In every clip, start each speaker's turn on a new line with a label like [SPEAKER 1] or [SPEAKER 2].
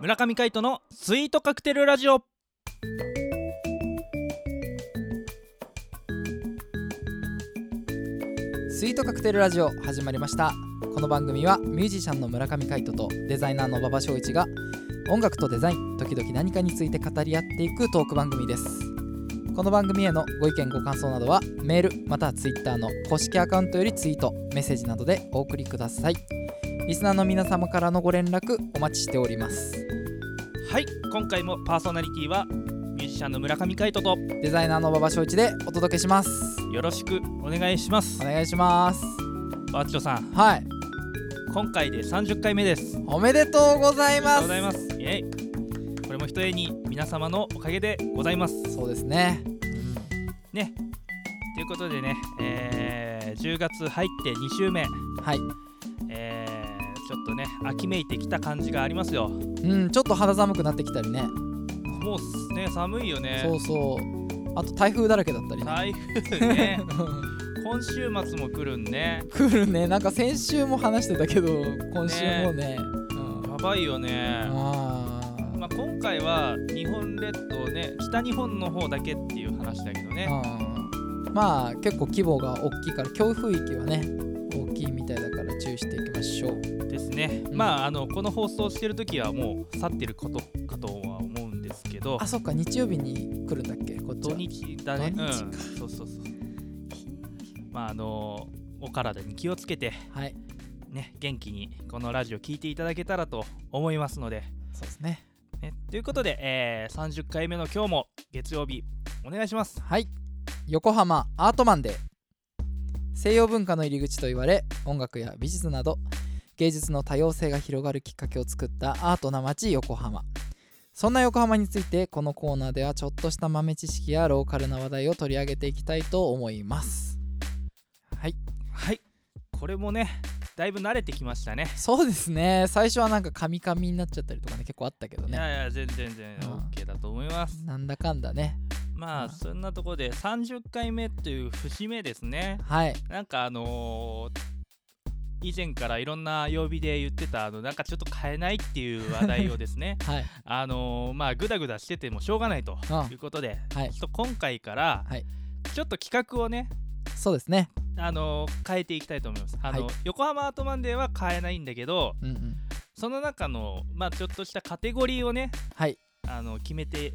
[SPEAKER 1] 村上海人のスイートカクテルラジオ
[SPEAKER 2] スイートカクテルラジオ始まりましたこの番組はミュージシャンの村上海人とデザイナーの馬場翔一が音楽とデザイン時々何かについて語り合っていくトーク番組ですこの番組へのご意見ご感想などはメールまたはツイッターの公式アカウントよりツイートメッセージなどでお送りくださいリスナーの皆様からのご連絡お待ちしております
[SPEAKER 1] はい今回もパーソナリティはミュージシャンの村上海人と
[SPEAKER 2] デザイナーの馬場翔一でお届けします
[SPEAKER 1] よろしくお願いします
[SPEAKER 2] お願いします
[SPEAKER 1] バッチョさん
[SPEAKER 2] はい
[SPEAKER 1] 今回で30回目です
[SPEAKER 2] おめでとうございま
[SPEAKER 1] ありがとうござい
[SPEAKER 2] す
[SPEAKER 1] ますイエイこれもひとえに皆様のおかげでございます
[SPEAKER 2] そうですね
[SPEAKER 1] ねということでね、えー10月入って2週目、
[SPEAKER 2] はい
[SPEAKER 1] えーちょっとね秋めいてきた感じがありますよ
[SPEAKER 2] うん、ちょっと肌寒くなってきたりね。
[SPEAKER 1] もうすね寒いよね
[SPEAKER 2] そうそう。あと台風だらけだったりね。
[SPEAKER 1] 台風 ね今週末も来るんね
[SPEAKER 2] 来るね。なんか先週も話してたけど、今週もね。うん、
[SPEAKER 1] やばいよね
[SPEAKER 2] あー
[SPEAKER 1] まあ、今回は日本列島ね北日本の方だけっていう話だけどね
[SPEAKER 2] うんまあ結構規模が大きいから強風域はね大きいみたいだから注意していきましょう
[SPEAKER 1] ですね、
[SPEAKER 2] うん
[SPEAKER 1] まああのこの放送してる時はもう去ってることかとは思うんですけど
[SPEAKER 2] あそっか日曜日に来るんだっけこっち
[SPEAKER 1] 土
[SPEAKER 2] は
[SPEAKER 1] 日だね
[SPEAKER 2] 土日
[SPEAKER 1] うん、そうそうそうまああのお体に気をつけて
[SPEAKER 2] はい
[SPEAKER 1] ね元気にこのラジオ聞いていただけたらと思いますので、
[SPEAKER 2] そうですね
[SPEAKER 1] ね、ということで、えー30回目の今日も月曜日お願いします
[SPEAKER 2] はい横浜アートマンデー西洋文化の入り口と言われ音楽や美術など芸術の多様性が広がるきっかけを作ったアートな街横浜そんな横浜についてこのコーナーではちょっとした豆知識やローカルな話題を取り上げていきたいと思いますはい
[SPEAKER 1] はいこれもねだいぶ慣れてきましたね
[SPEAKER 2] そうですね最初はなんかカミカミになっちゃったりとかね結構あったけど
[SPEAKER 1] い
[SPEAKER 2] ね
[SPEAKER 1] やいや全然全然
[SPEAKER 2] うん
[SPEAKER 1] OK だと思います、
[SPEAKER 2] なんだかんだね
[SPEAKER 1] まあ
[SPEAKER 2] うん
[SPEAKER 1] そんなとこで30回目という節目ですね
[SPEAKER 2] はい
[SPEAKER 1] なんかあのー以前からいろんな曜日で言ってたあのなんかちょっと変えないっていう話題をです ね
[SPEAKER 2] はい
[SPEAKER 1] あのーまあグダグダしててもしょうがないと
[SPEAKER 2] うん
[SPEAKER 1] いうことで、
[SPEAKER 2] はい
[SPEAKER 1] ちょっと今回から、
[SPEAKER 2] はい
[SPEAKER 1] ちょっと企画をね
[SPEAKER 2] そうですね
[SPEAKER 1] あのー変えていきたいと思いますあの、
[SPEAKER 2] はい
[SPEAKER 1] 横浜アートマンデーは変えないんだけど
[SPEAKER 2] うんうん
[SPEAKER 1] その中のまあちょっとしたカテゴリーをね
[SPEAKER 2] はい
[SPEAKER 1] あの決めて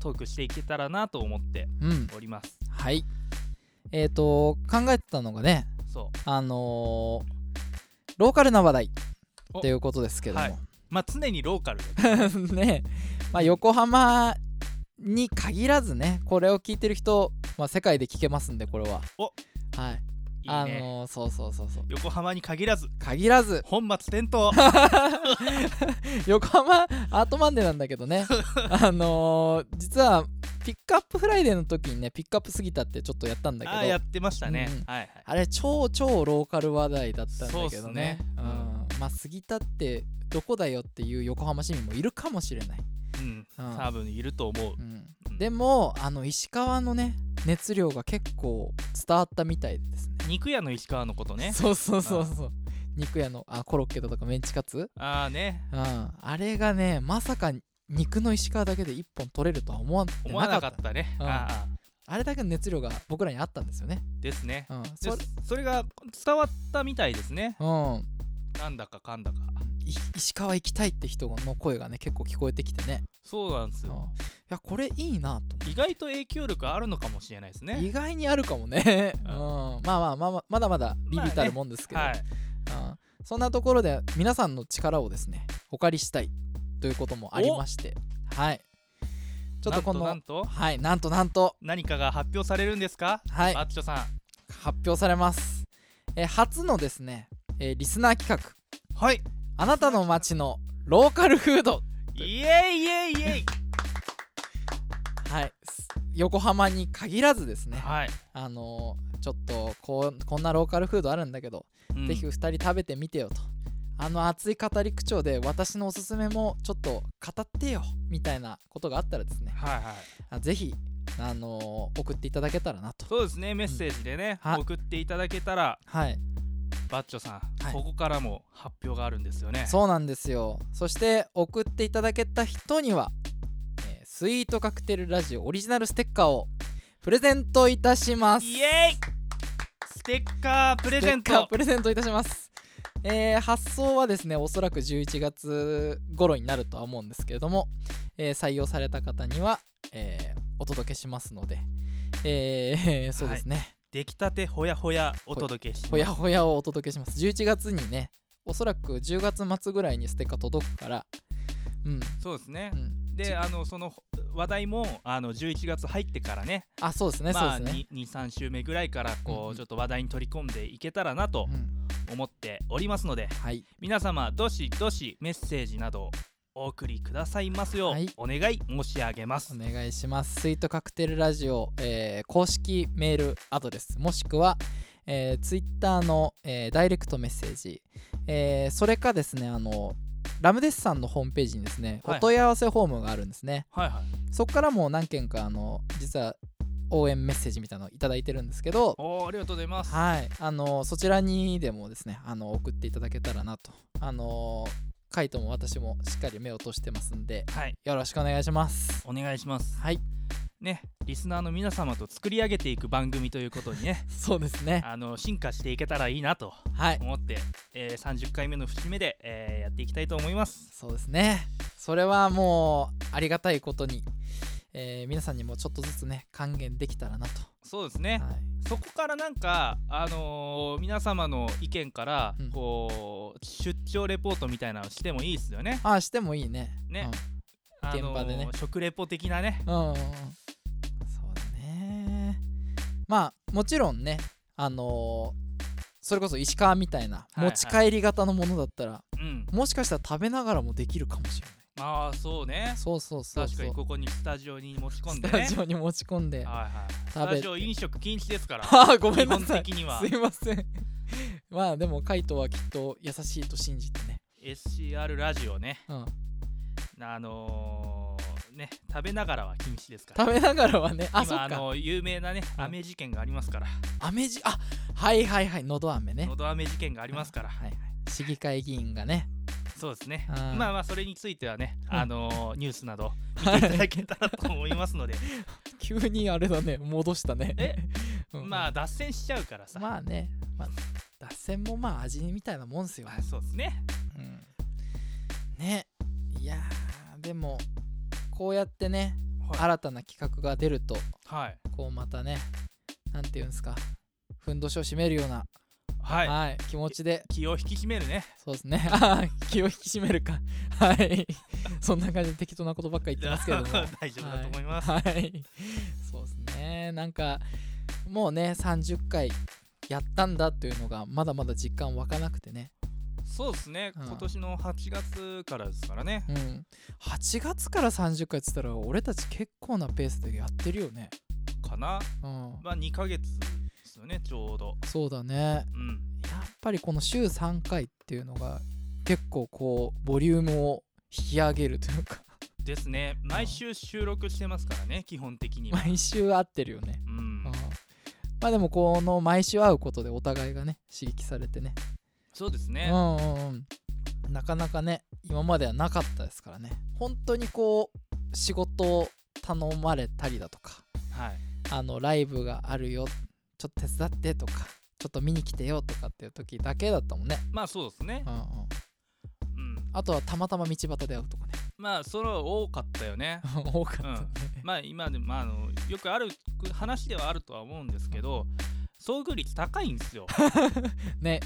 [SPEAKER 1] トークしていけたらなと思って
[SPEAKER 2] うん
[SPEAKER 1] おります。
[SPEAKER 2] はい。えっ、と考えてたのがね、
[SPEAKER 1] そう
[SPEAKER 2] あのーローカルな話題
[SPEAKER 1] お
[SPEAKER 2] っていうことですけども、
[SPEAKER 1] はいまあ常にローカルで
[SPEAKER 2] ね、まあ、横浜に限らずね、これを聞いてる人、まあ、世界で聞けますんで、これは。
[SPEAKER 1] お
[SPEAKER 2] は
[SPEAKER 1] い
[SPEAKER 2] い。
[SPEAKER 1] いね、
[SPEAKER 2] あのーそうそうそうそう。
[SPEAKER 1] 横浜に限らず
[SPEAKER 2] 限らず
[SPEAKER 1] 本末転倒
[SPEAKER 2] 横浜アートマンデーなんだけ どねあのー実はピックアップフライデーの時にねピックアップすぎたってちょっとやったんだけど
[SPEAKER 1] ああやってましたね、
[SPEAKER 2] うんうん
[SPEAKER 1] はいはい
[SPEAKER 2] あれ超超ローカル話題だったんだけ
[SPEAKER 1] そう
[SPEAKER 2] ど
[SPEAKER 1] っす
[SPEAKER 2] ね
[SPEAKER 1] ね
[SPEAKER 2] うんまあ杉田ってどこだよっていう横浜市民もいるかもしれない、
[SPEAKER 1] うん
[SPEAKER 2] うん
[SPEAKER 1] 多分いると思う
[SPEAKER 2] うん
[SPEAKER 1] うん
[SPEAKER 2] でもあの石川のね熱量が結構伝わったみたいですね
[SPEAKER 1] 肉屋の石川のことね
[SPEAKER 2] そうそうそうそう肉屋のあコロッケだとかメンチカツ、
[SPEAKER 1] ああね
[SPEAKER 2] うん、あれがねまさか肉の石川だけで1本取れるとは思わん
[SPEAKER 1] 思わな
[SPEAKER 2] な
[SPEAKER 1] か
[SPEAKER 2] か
[SPEAKER 1] っ
[SPEAKER 2] った
[SPEAKER 1] たね
[SPEAKER 2] うん
[SPEAKER 1] ああ
[SPEAKER 2] あれだけの熱量が僕らにあったんですよね、
[SPEAKER 1] ですね
[SPEAKER 2] うん
[SPEAKER 1] で
[SPEAKER 2] それ
[SPEAKER 1] それが伝わったみたいですね
[SPEAKER 2] うん、
[SPEAKER 1] なんだかかんだか
[SPEAKER 2] い石川行きたいって人の声がね結構聞こえてきてね
[SPEAKER 1] そうなんです
[SPEAKER 2] うんい
[SPEAKER 1] よ
[SPEAKER 2] やこれいいなと思
[SPEAKER 1] 意外と影響力あるのかもしれないです
[SPEAKER 2] って
[SPEAKER 1] ね
[SPEAKER 2] 意外にあるかもね、
[SPEAKER 1] う
[SPEAKER 2] うんん、まあまあまあまあまだまだビビたるもんですけど、
[SPEAKER 1] はい
[SPEAKER 2] うんそんなところで皆さんの力をですねお借りしたいということもありましてはいちょっとこの
[SPEAKER 1] なんとなんと
[SPEAKER 2] はいなんとなんと
[SPEAKER 1] 何かが発表されるんですか
[SPEAKER 2] はい
[SPEAKER 1] マッチョさん
[SPEAKER 2] 発表されます、えー初のですね、えーリスナー企画
[SPEAKER 1] はい
[SPEAKER 2] あなたの街のローカルフード
[SPEAKER 1] イエイイエイイエ イ
[SPEAKER 2] はいす横浜に限らずですね、
[SPEAKER 1] はい、
[SPEAKER 2] あのーちょっとこうこんなローカルフードあるんだけど
[SPEAKER 1] うん
[SPEAKER 2] ぜひ2人食べてみてよと。あの熱い語り口調で私のおすすめもちょっと語ってよみたいなことがあったらですね
[SPEAKER 1] はいはい
[SPEAKER 2] あぜひあのー送っていただけたらなと
[SPEAKER 1] そうですねメッセージでね、
[SPEAKER 2] はい
[SPEAKER 1] 送っていただけたら
[SPEAKER 2] はい
[SPEAKER 1] バッチョさん、
[SPEAKER 2] はい
[SPEAKER 1] ここからも発表があるんですよね
[SPEAKER 2] そうなんですよそして送っていただけた人には、えースイートカクテルラジオオリジナルステッカーをプレゼントいたします
[SPEAKER 1] イエーイステッカープレゼン
[SPEAKER 2] ステッカー
[SPEAKER 1] ト
[SPEAKER 2] プレゼントいたしますえー発送はですねおそらく11月頃になるとは思うんですけれども、えー採用された方には、えーお届けしますので、えーそう ですね、
[SPEAKER 1] 出来たてほやほやお届けします
[SPEAKER 2] ほやほやをお届けします11月にねおそらく10月末ぐらいにステッカー届くからうん、
[SPEAKER 1] そうですね
[SPEAKER 2] う、ん、じ
[SPEAKER 1] であのその話題もあの11月入ってからね
[SPEAKER 2] あそうですね、
[SPEAKER 1] まあ、
[SPEAKER 2] そうですね
[SPEAKER 1] に23週目ぐらいからこう、
[SPEAKER 2] うんうん
[SPEAKER 1] ちょっと話題に取り込んでいけたらなと
[SPEAKER 2] うん
[SPEAKER 1] 思っておりますので
[SPEAKER 2] はい
[SPEAKER 1] 皆様どしどしメッセージなどお送りくださいますよう、
[SPEAKER 2] はい
[SPEAKER 1] お願い申し上げます
[SPEAKER 2] お願いしますスイートカクテルラジオ、えー公式メールアドレスもしくは、えー、ツイッターの、えーダイレクトメッセージ、えーそれかですねあのラムデスさんのホームページにですね、
[SPEAKER 1] はい
[SPEAKER 2] お問い合わせフォームがあるんですね
[SPEAKER 1] はいはい
[SPEAKER 2] そこからもう何件かあの実は応援メッセージみたいなのをいただいてるんですけど
[SPEAKER 1] おーありがとうございます
[SPEAKER 2] はい、あのそちらにでもですねあの送っていただけたらなとあのカイトも私もしっかり目を通してますんで
[SPEAKER 1] はい
[SPEAKER 2] よろしくお願いします
[SPEAKER 1] お願いします
[SPEAKER 2] はい
[SPEAKER 1] ねリスナーの皆様と作り上げていく番組ということに ね
[SPEAKER 2] そうですね
[SPEAKER 1] あの進化していけたらいいなと
[SPEAKER 2] はい
[SPEAKER 1] 思って、えー30回目の節目で、えーやっていきたいと思います
[SPEAKER 2] そうですねそれはもうありがたいことに、えー皆さんにもちょっとずつね還元できたらなと、
[SPEAKER 1] そうですね、
[SPEAKER 2] はい、
[SPEAKER 1] そこからなんか、あのー皆様の意見から、
[SPEAKER 2] うん
[SPEAKER 1] こう出張レポートみたいなのしてもいいですよね。
[SPEAKER 2] ああしてもいいね
[SPEAKER 1] ね
[SPEAKER 2] 現場でね
[SPEAKER 1] あのー食レポ的なね。
[SPEAKER 2] うん、うんうんうん、そうだねまあもちろんねあのーそれこそ石川みたいな
[SPEAKER 1] はいは
[SPEAKER 2] 持
[SPEAKER 1] い
[SPEAKER 2] ち帰り型のものだったら、
[SPEAKER 1] うん。
[SPEAKER 2] もしかしたら食べながらもできるかもしれな
[SPEAKER 1] まあそうね
[SPEAKER 2] い。そうそうそう
[SPEAKER 1] 確か
[SPEAKER 2] そう
[SPEAKER 1] にここにスタジオに持ち込ん
[SPEAKER 2] ス
[SPEAKER 1] で
[SPEAKER 2] タ
[SPEAKER 1] ね
[SPEAKER 2] ジ。オに持ち込んであ
[SPEAKER 1] はいはい。ス
[SPEAKER 2] 食べて
[SPEAKER 1] タジオ飲食禁止ですから。
[SPEAKER 2] あ ごめんな
[SPEAKER 1] 基
[SPEAKER 2] さ
[SPEAKER 1] 本
[SPEAKER 2] い
[SPEAKER 1] 的には
[SPEAKER 2] すいませんまあでもカイトはきっと優しいと信じてね
[SPEAKER 1] SCR ラジオね。
[SPEAKER 2] うん
[SPEAKER 1] あのーね食べながらは禁止ですから。
[SPEAKER 2] 食べながらはねあそ
[SPEAKER 1] 今
[SPEAKER 2] っ
[SPEAKER 1] あ
[SPEAKER 2] か
[SPEAKER 1] のー有名なね
[SPEAKER 2] うん
[SPEAKER 1] 飴事件がありますから。
[SPEAKER 2] 飴じあはいはいはいのど飴ね
[SPEAKER 1] のど飴事件がありますから。
[SPEAKER 2] はいはい市議会議員がね
[SPEAKER 1] そうですね。
[SPEAKER 2] うん
[SPEAKER 1] まあまあそれについてはね、
[SPEAKER 2] うん
[SPEAKER 1] あのーニュースな ど見ていただけたらと思いますので、
[SPEAKER 2] 急にあれだね戻したね
[SPEAKER 1] え
[SPEAKER 2] うん
[SPEAKER 1] まあ脱線しちゃうからさ。
[SPEAKER 2] まあね、まあ、脱線もまあ味みたいなもんですよ
[SPEAKER 1] まあそうですね。
[SPEAKER 2] うんねいやーでもこうやってね、
[SPEAKER 1] はい
[SPEAKER 2] 新たな企画が出ると
[SPEAKER 1] はい。
[SPEAKER 2] こうまたねなんていうんですかふんどしを締めるような、
[SPEAKER 1] はい。
[SPEAKER 2] はい気持ちで
[SPEAKER 1] 気を引き締めるね。
[SPEAKER 2] そうですね あー気を引き締めるかはいそんな感じで適当なことばっかり言ってますけれども
[SPEAKER 1] 大丈夫だと思います。
[SPEAKER 2] はいそうですねなんかもうね30回やったんだっていうのがまだまだ実感湧かなくてね
[SPEAKER 1] そうですね。
[SPEAKER 2] うん
[SPEAKER 1] 今年の8月からですからね。
[SPEAKER 2] うん、8月から30回っつったら俺たち結構なペースでやってるよね、
[SPEAKER 1] かな。
[SPEAKER 2] うん、
[SPEAKER 1] まあ2ヶ月ですよね。ちょうど。
[SPEAKER 2] そうだね
[SPEAKER 1] うん。
[SPEAKER 2] やっぱりこの週3回っていうのが結構こうボリュームを引き上げるというか
[SPEAKER 1] ですね。毎週収録してますからね。基本的には。
[SPEAKER 2] 毎週合ってるよね、
[SPEAKER 1] うん
[SPEAKER 2] うん、まあでもこの毎週会うことでお互いがね刺激されてね
[SPEAKER 1] そうですね。
[SPEAKER 2] うんうんうんなかなかね今まではなかったですからね本当にこう仕事を頼まれたりだとか
[SPEAKER 1] はい。
[SPEAKER 2] あのライブがあるよちょっと手伝ってとかちょっと見に来てよとかっていう時だけだったもんね、
[SPEAKER 1] まあそうですね
[SPEAKER 2] う。んうん、
[SPEAKER 1] うん。
[SPEAKER 2] あとはたまたま道端で会うとかね
[SPEAKER 1] まあそれは多かったよね。
[SPEAKER 2] 多かったね、
[SPEAKER 1] まあ今でも、まあ、あのよくある話ではあるとは思うんですけど遭遇率高いん ですよ、
[SPEAKER 2] ね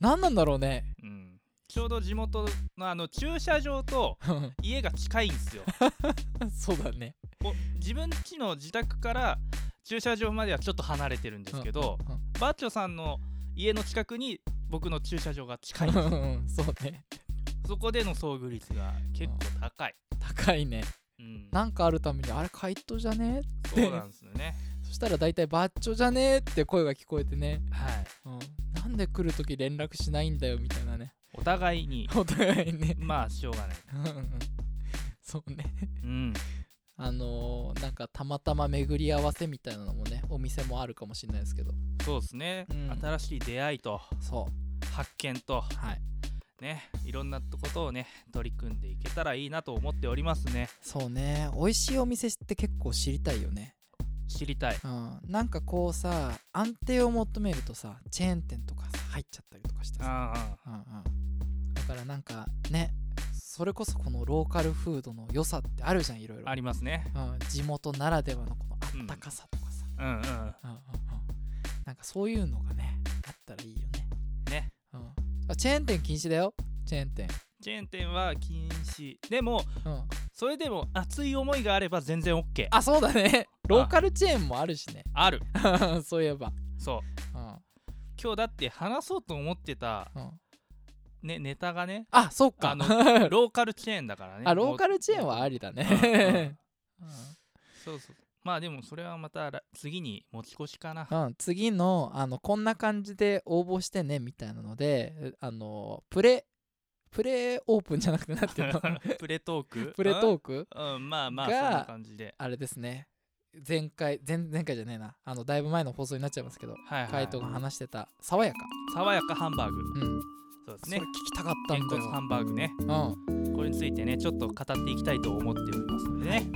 [SPEAKER 2] 何なんだろうね
[SPEAKER 1] うん、ちょうど地元のあの駐車場と家が近いんですよ
[SPEAKER 2] そうだね
[SPEAKER 1] お自分家の自宅から駐車場まではちょっと離れてるんですけど、
[SPEAKER 2] うんうん
[SPEAKER 1] バッチョさんの家の近くに僕の駐車場が近いん
[SPEAKER 2] う
[SPEAKER 1] で
[SPEAKER 2] ん
[SPEAKER 1] す
[SPEAKER 2] うんそうね
[SPEAKER 1] そこでの遭遇率が結構高い、
[SPEAKER 2] 高いね
[SPEAKER 1] うん、
[SPEAKER 2] なんかあるためにあれ回答じゃね
[SPEAKER 1] そうなんですよね
[SPEAKER 2] そしたら大体バッチョじゃねって声が聞こえてね、
[SPEAKER 1] はい
[SPEAKER 2] うん、なんで来る時連絡しないんだよみたいなね
[SPEAKER 1] お互いに
[SPEAKER 2] お互いね
[SPEAKER 1] まあしょうがない、
[SPEAKER 2] うんうんそうね
[SPEAKER 1] うん、
[SPEAKER 2] あのーなんかたまたま巡り合わせみたいなのもねお店もあるかもしれないですけど
[SPEAKER 1] そうですね、
[SPEAKER 2] うん
[SPEAKER 1] 新しい出会いと
[SPEAKER 2] そ
[SPEAKER 1] 発見と
[SPEAKER 2] うはい
[SPEAKER 1] ねいろんなことをね取り組んでいけたらいいなと思っておりますね
[SPEAKER 2] そうね美味しいお店って結構知りたいよね
[SPEAKER 1] 知りたい
[SPEAKER 2] うんなんかこうさ安定を求めるとさチェーン店とかさ入っちゃったりとかしてさ、
[SPEAKER 1] あ
[SPEAKER 2] うんうん、だからなんかねそれこそこのローカルフードの良さってあるじゃんいろいろ
[SPEAKER 1] あありますね
[SPEAKER 2] うん、地元ならではのこのあったかさとかさ、
[SPEAKER 1] うんうん
[SPEAKER 2] うんうんうんなんかそういうのがねあったらいいよね、
[SPEAKER 1] ね
[SPEAKER 2] うん、あチェーン店禁止だよチェーン店、
[SPEAKER 1] チェーン店は禁止でも
[SPEAKER 2] うん、
[SPEAKER 1] それでも熱い思いがあれば全然 OK
[SPEAKER 2] あそうだねローカルチェーンもあるしね
[SPEAKER 1] あ る
[SPEAKER 2] そういえば、
[SPEAKER 1] そう
[SPEAKER 2] うん
[SPEAKER 1] 今日だって話そうと思ってた、
[SPEAKER 2] うん、
[SPEAKER 1] ね、ネタがね
[SPEAKER 2] あそうか
[SPEAKER 1] あのローカルチェーンだからね
[SPEAKER 2] あローカルチェーンはありだね。
[SPEAKER 1] そうそうまあでもそれはまたら次に持ち越しか な
[SPEAKER 2] うんうん次のあのこんな感じで応募してねみたいなのであのプレプレオープンじゃなくてなん ていうの
[SPEAKER 1] プレトーク
[SPEAKER 2] プレトーク
[SPEAKER 1] うんうんまあまあそん
[SPEAKER 2] が
[SPEAKER 1] な感じで
[SPEAKER 2] あれですね前回前前回じゃねえなあのだいぶ前の放送になっちゃいますけど
[SPEAKER 1] はいは
[SPEAKER 2] カ
[SPEAKER 1] い
[SPEAKER 2] イトが話してた爽やか、
[SPEAKER 1] 爽やかハンバーグ
[SPEAKER 2] うん
[SPEAKER 1] そうです
[SPEAKER 2] それ
[SPEAKER 1] ね
[SPEAKER 2] 聞きたかった
[SPEAKER 1] げ
[SPEAKER 2] ん
[SPEAKER 1] ん
[SPEAKER 2] だ
[SPEAKER 1] こつハ
[SPEAKER 2] よ、
[SPEAKER 1] ンバーグね
[SPEAKER 2] うん、
[SPEAKER 1] これについてねちょっと語っていきたいと思っておりますのでね、はい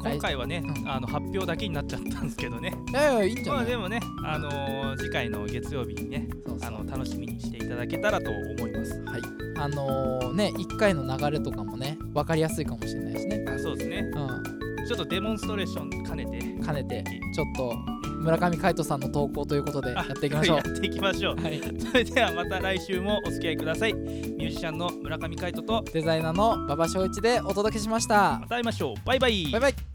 [SPEAKER 1] 今回はね、
[SPEAKER 2] うん
[SPEAKER 1] あの発表だけになっちゃったんですけどね
[SPEAKER 2] いやいやいいんじゃ
[SPEAKER 1] ま
[SPEAKER 2] な
[SPEAKER 1] あ
[SPEAKER 2] い、
[SPEAKER 1] でもね、あのー次回の月曜日にね
[SPEAKER 2] そうそう
[SPEAKER 1] あの楽しみにしていただけたらと思います
[SPEAKER 2] はいあのーね1回の流れとかもね分かりやすいかもしれないしね、
[SPEAKER 1] そうですね
[SPEAKER 2] うん、
[SPEAKER 1] ちょっとデモンストレーション兼ねて
[SPEAKER 2] 兼ねてちょっと村上海人さんの投稿ということでやっていきましょ
[SPEAKER 1] やって いきましょう
[SPEAKER 2] う、はい、
[SPEAKER 1] それではまた来週もお付き合いくださいミュージシャンの村上海人と
[SPEAKER 2] デザイナーの馬場翔一でお届けしました
[SPEAKER 1] また会いましょうバイバイ
[SPEAKER 2] バイバイ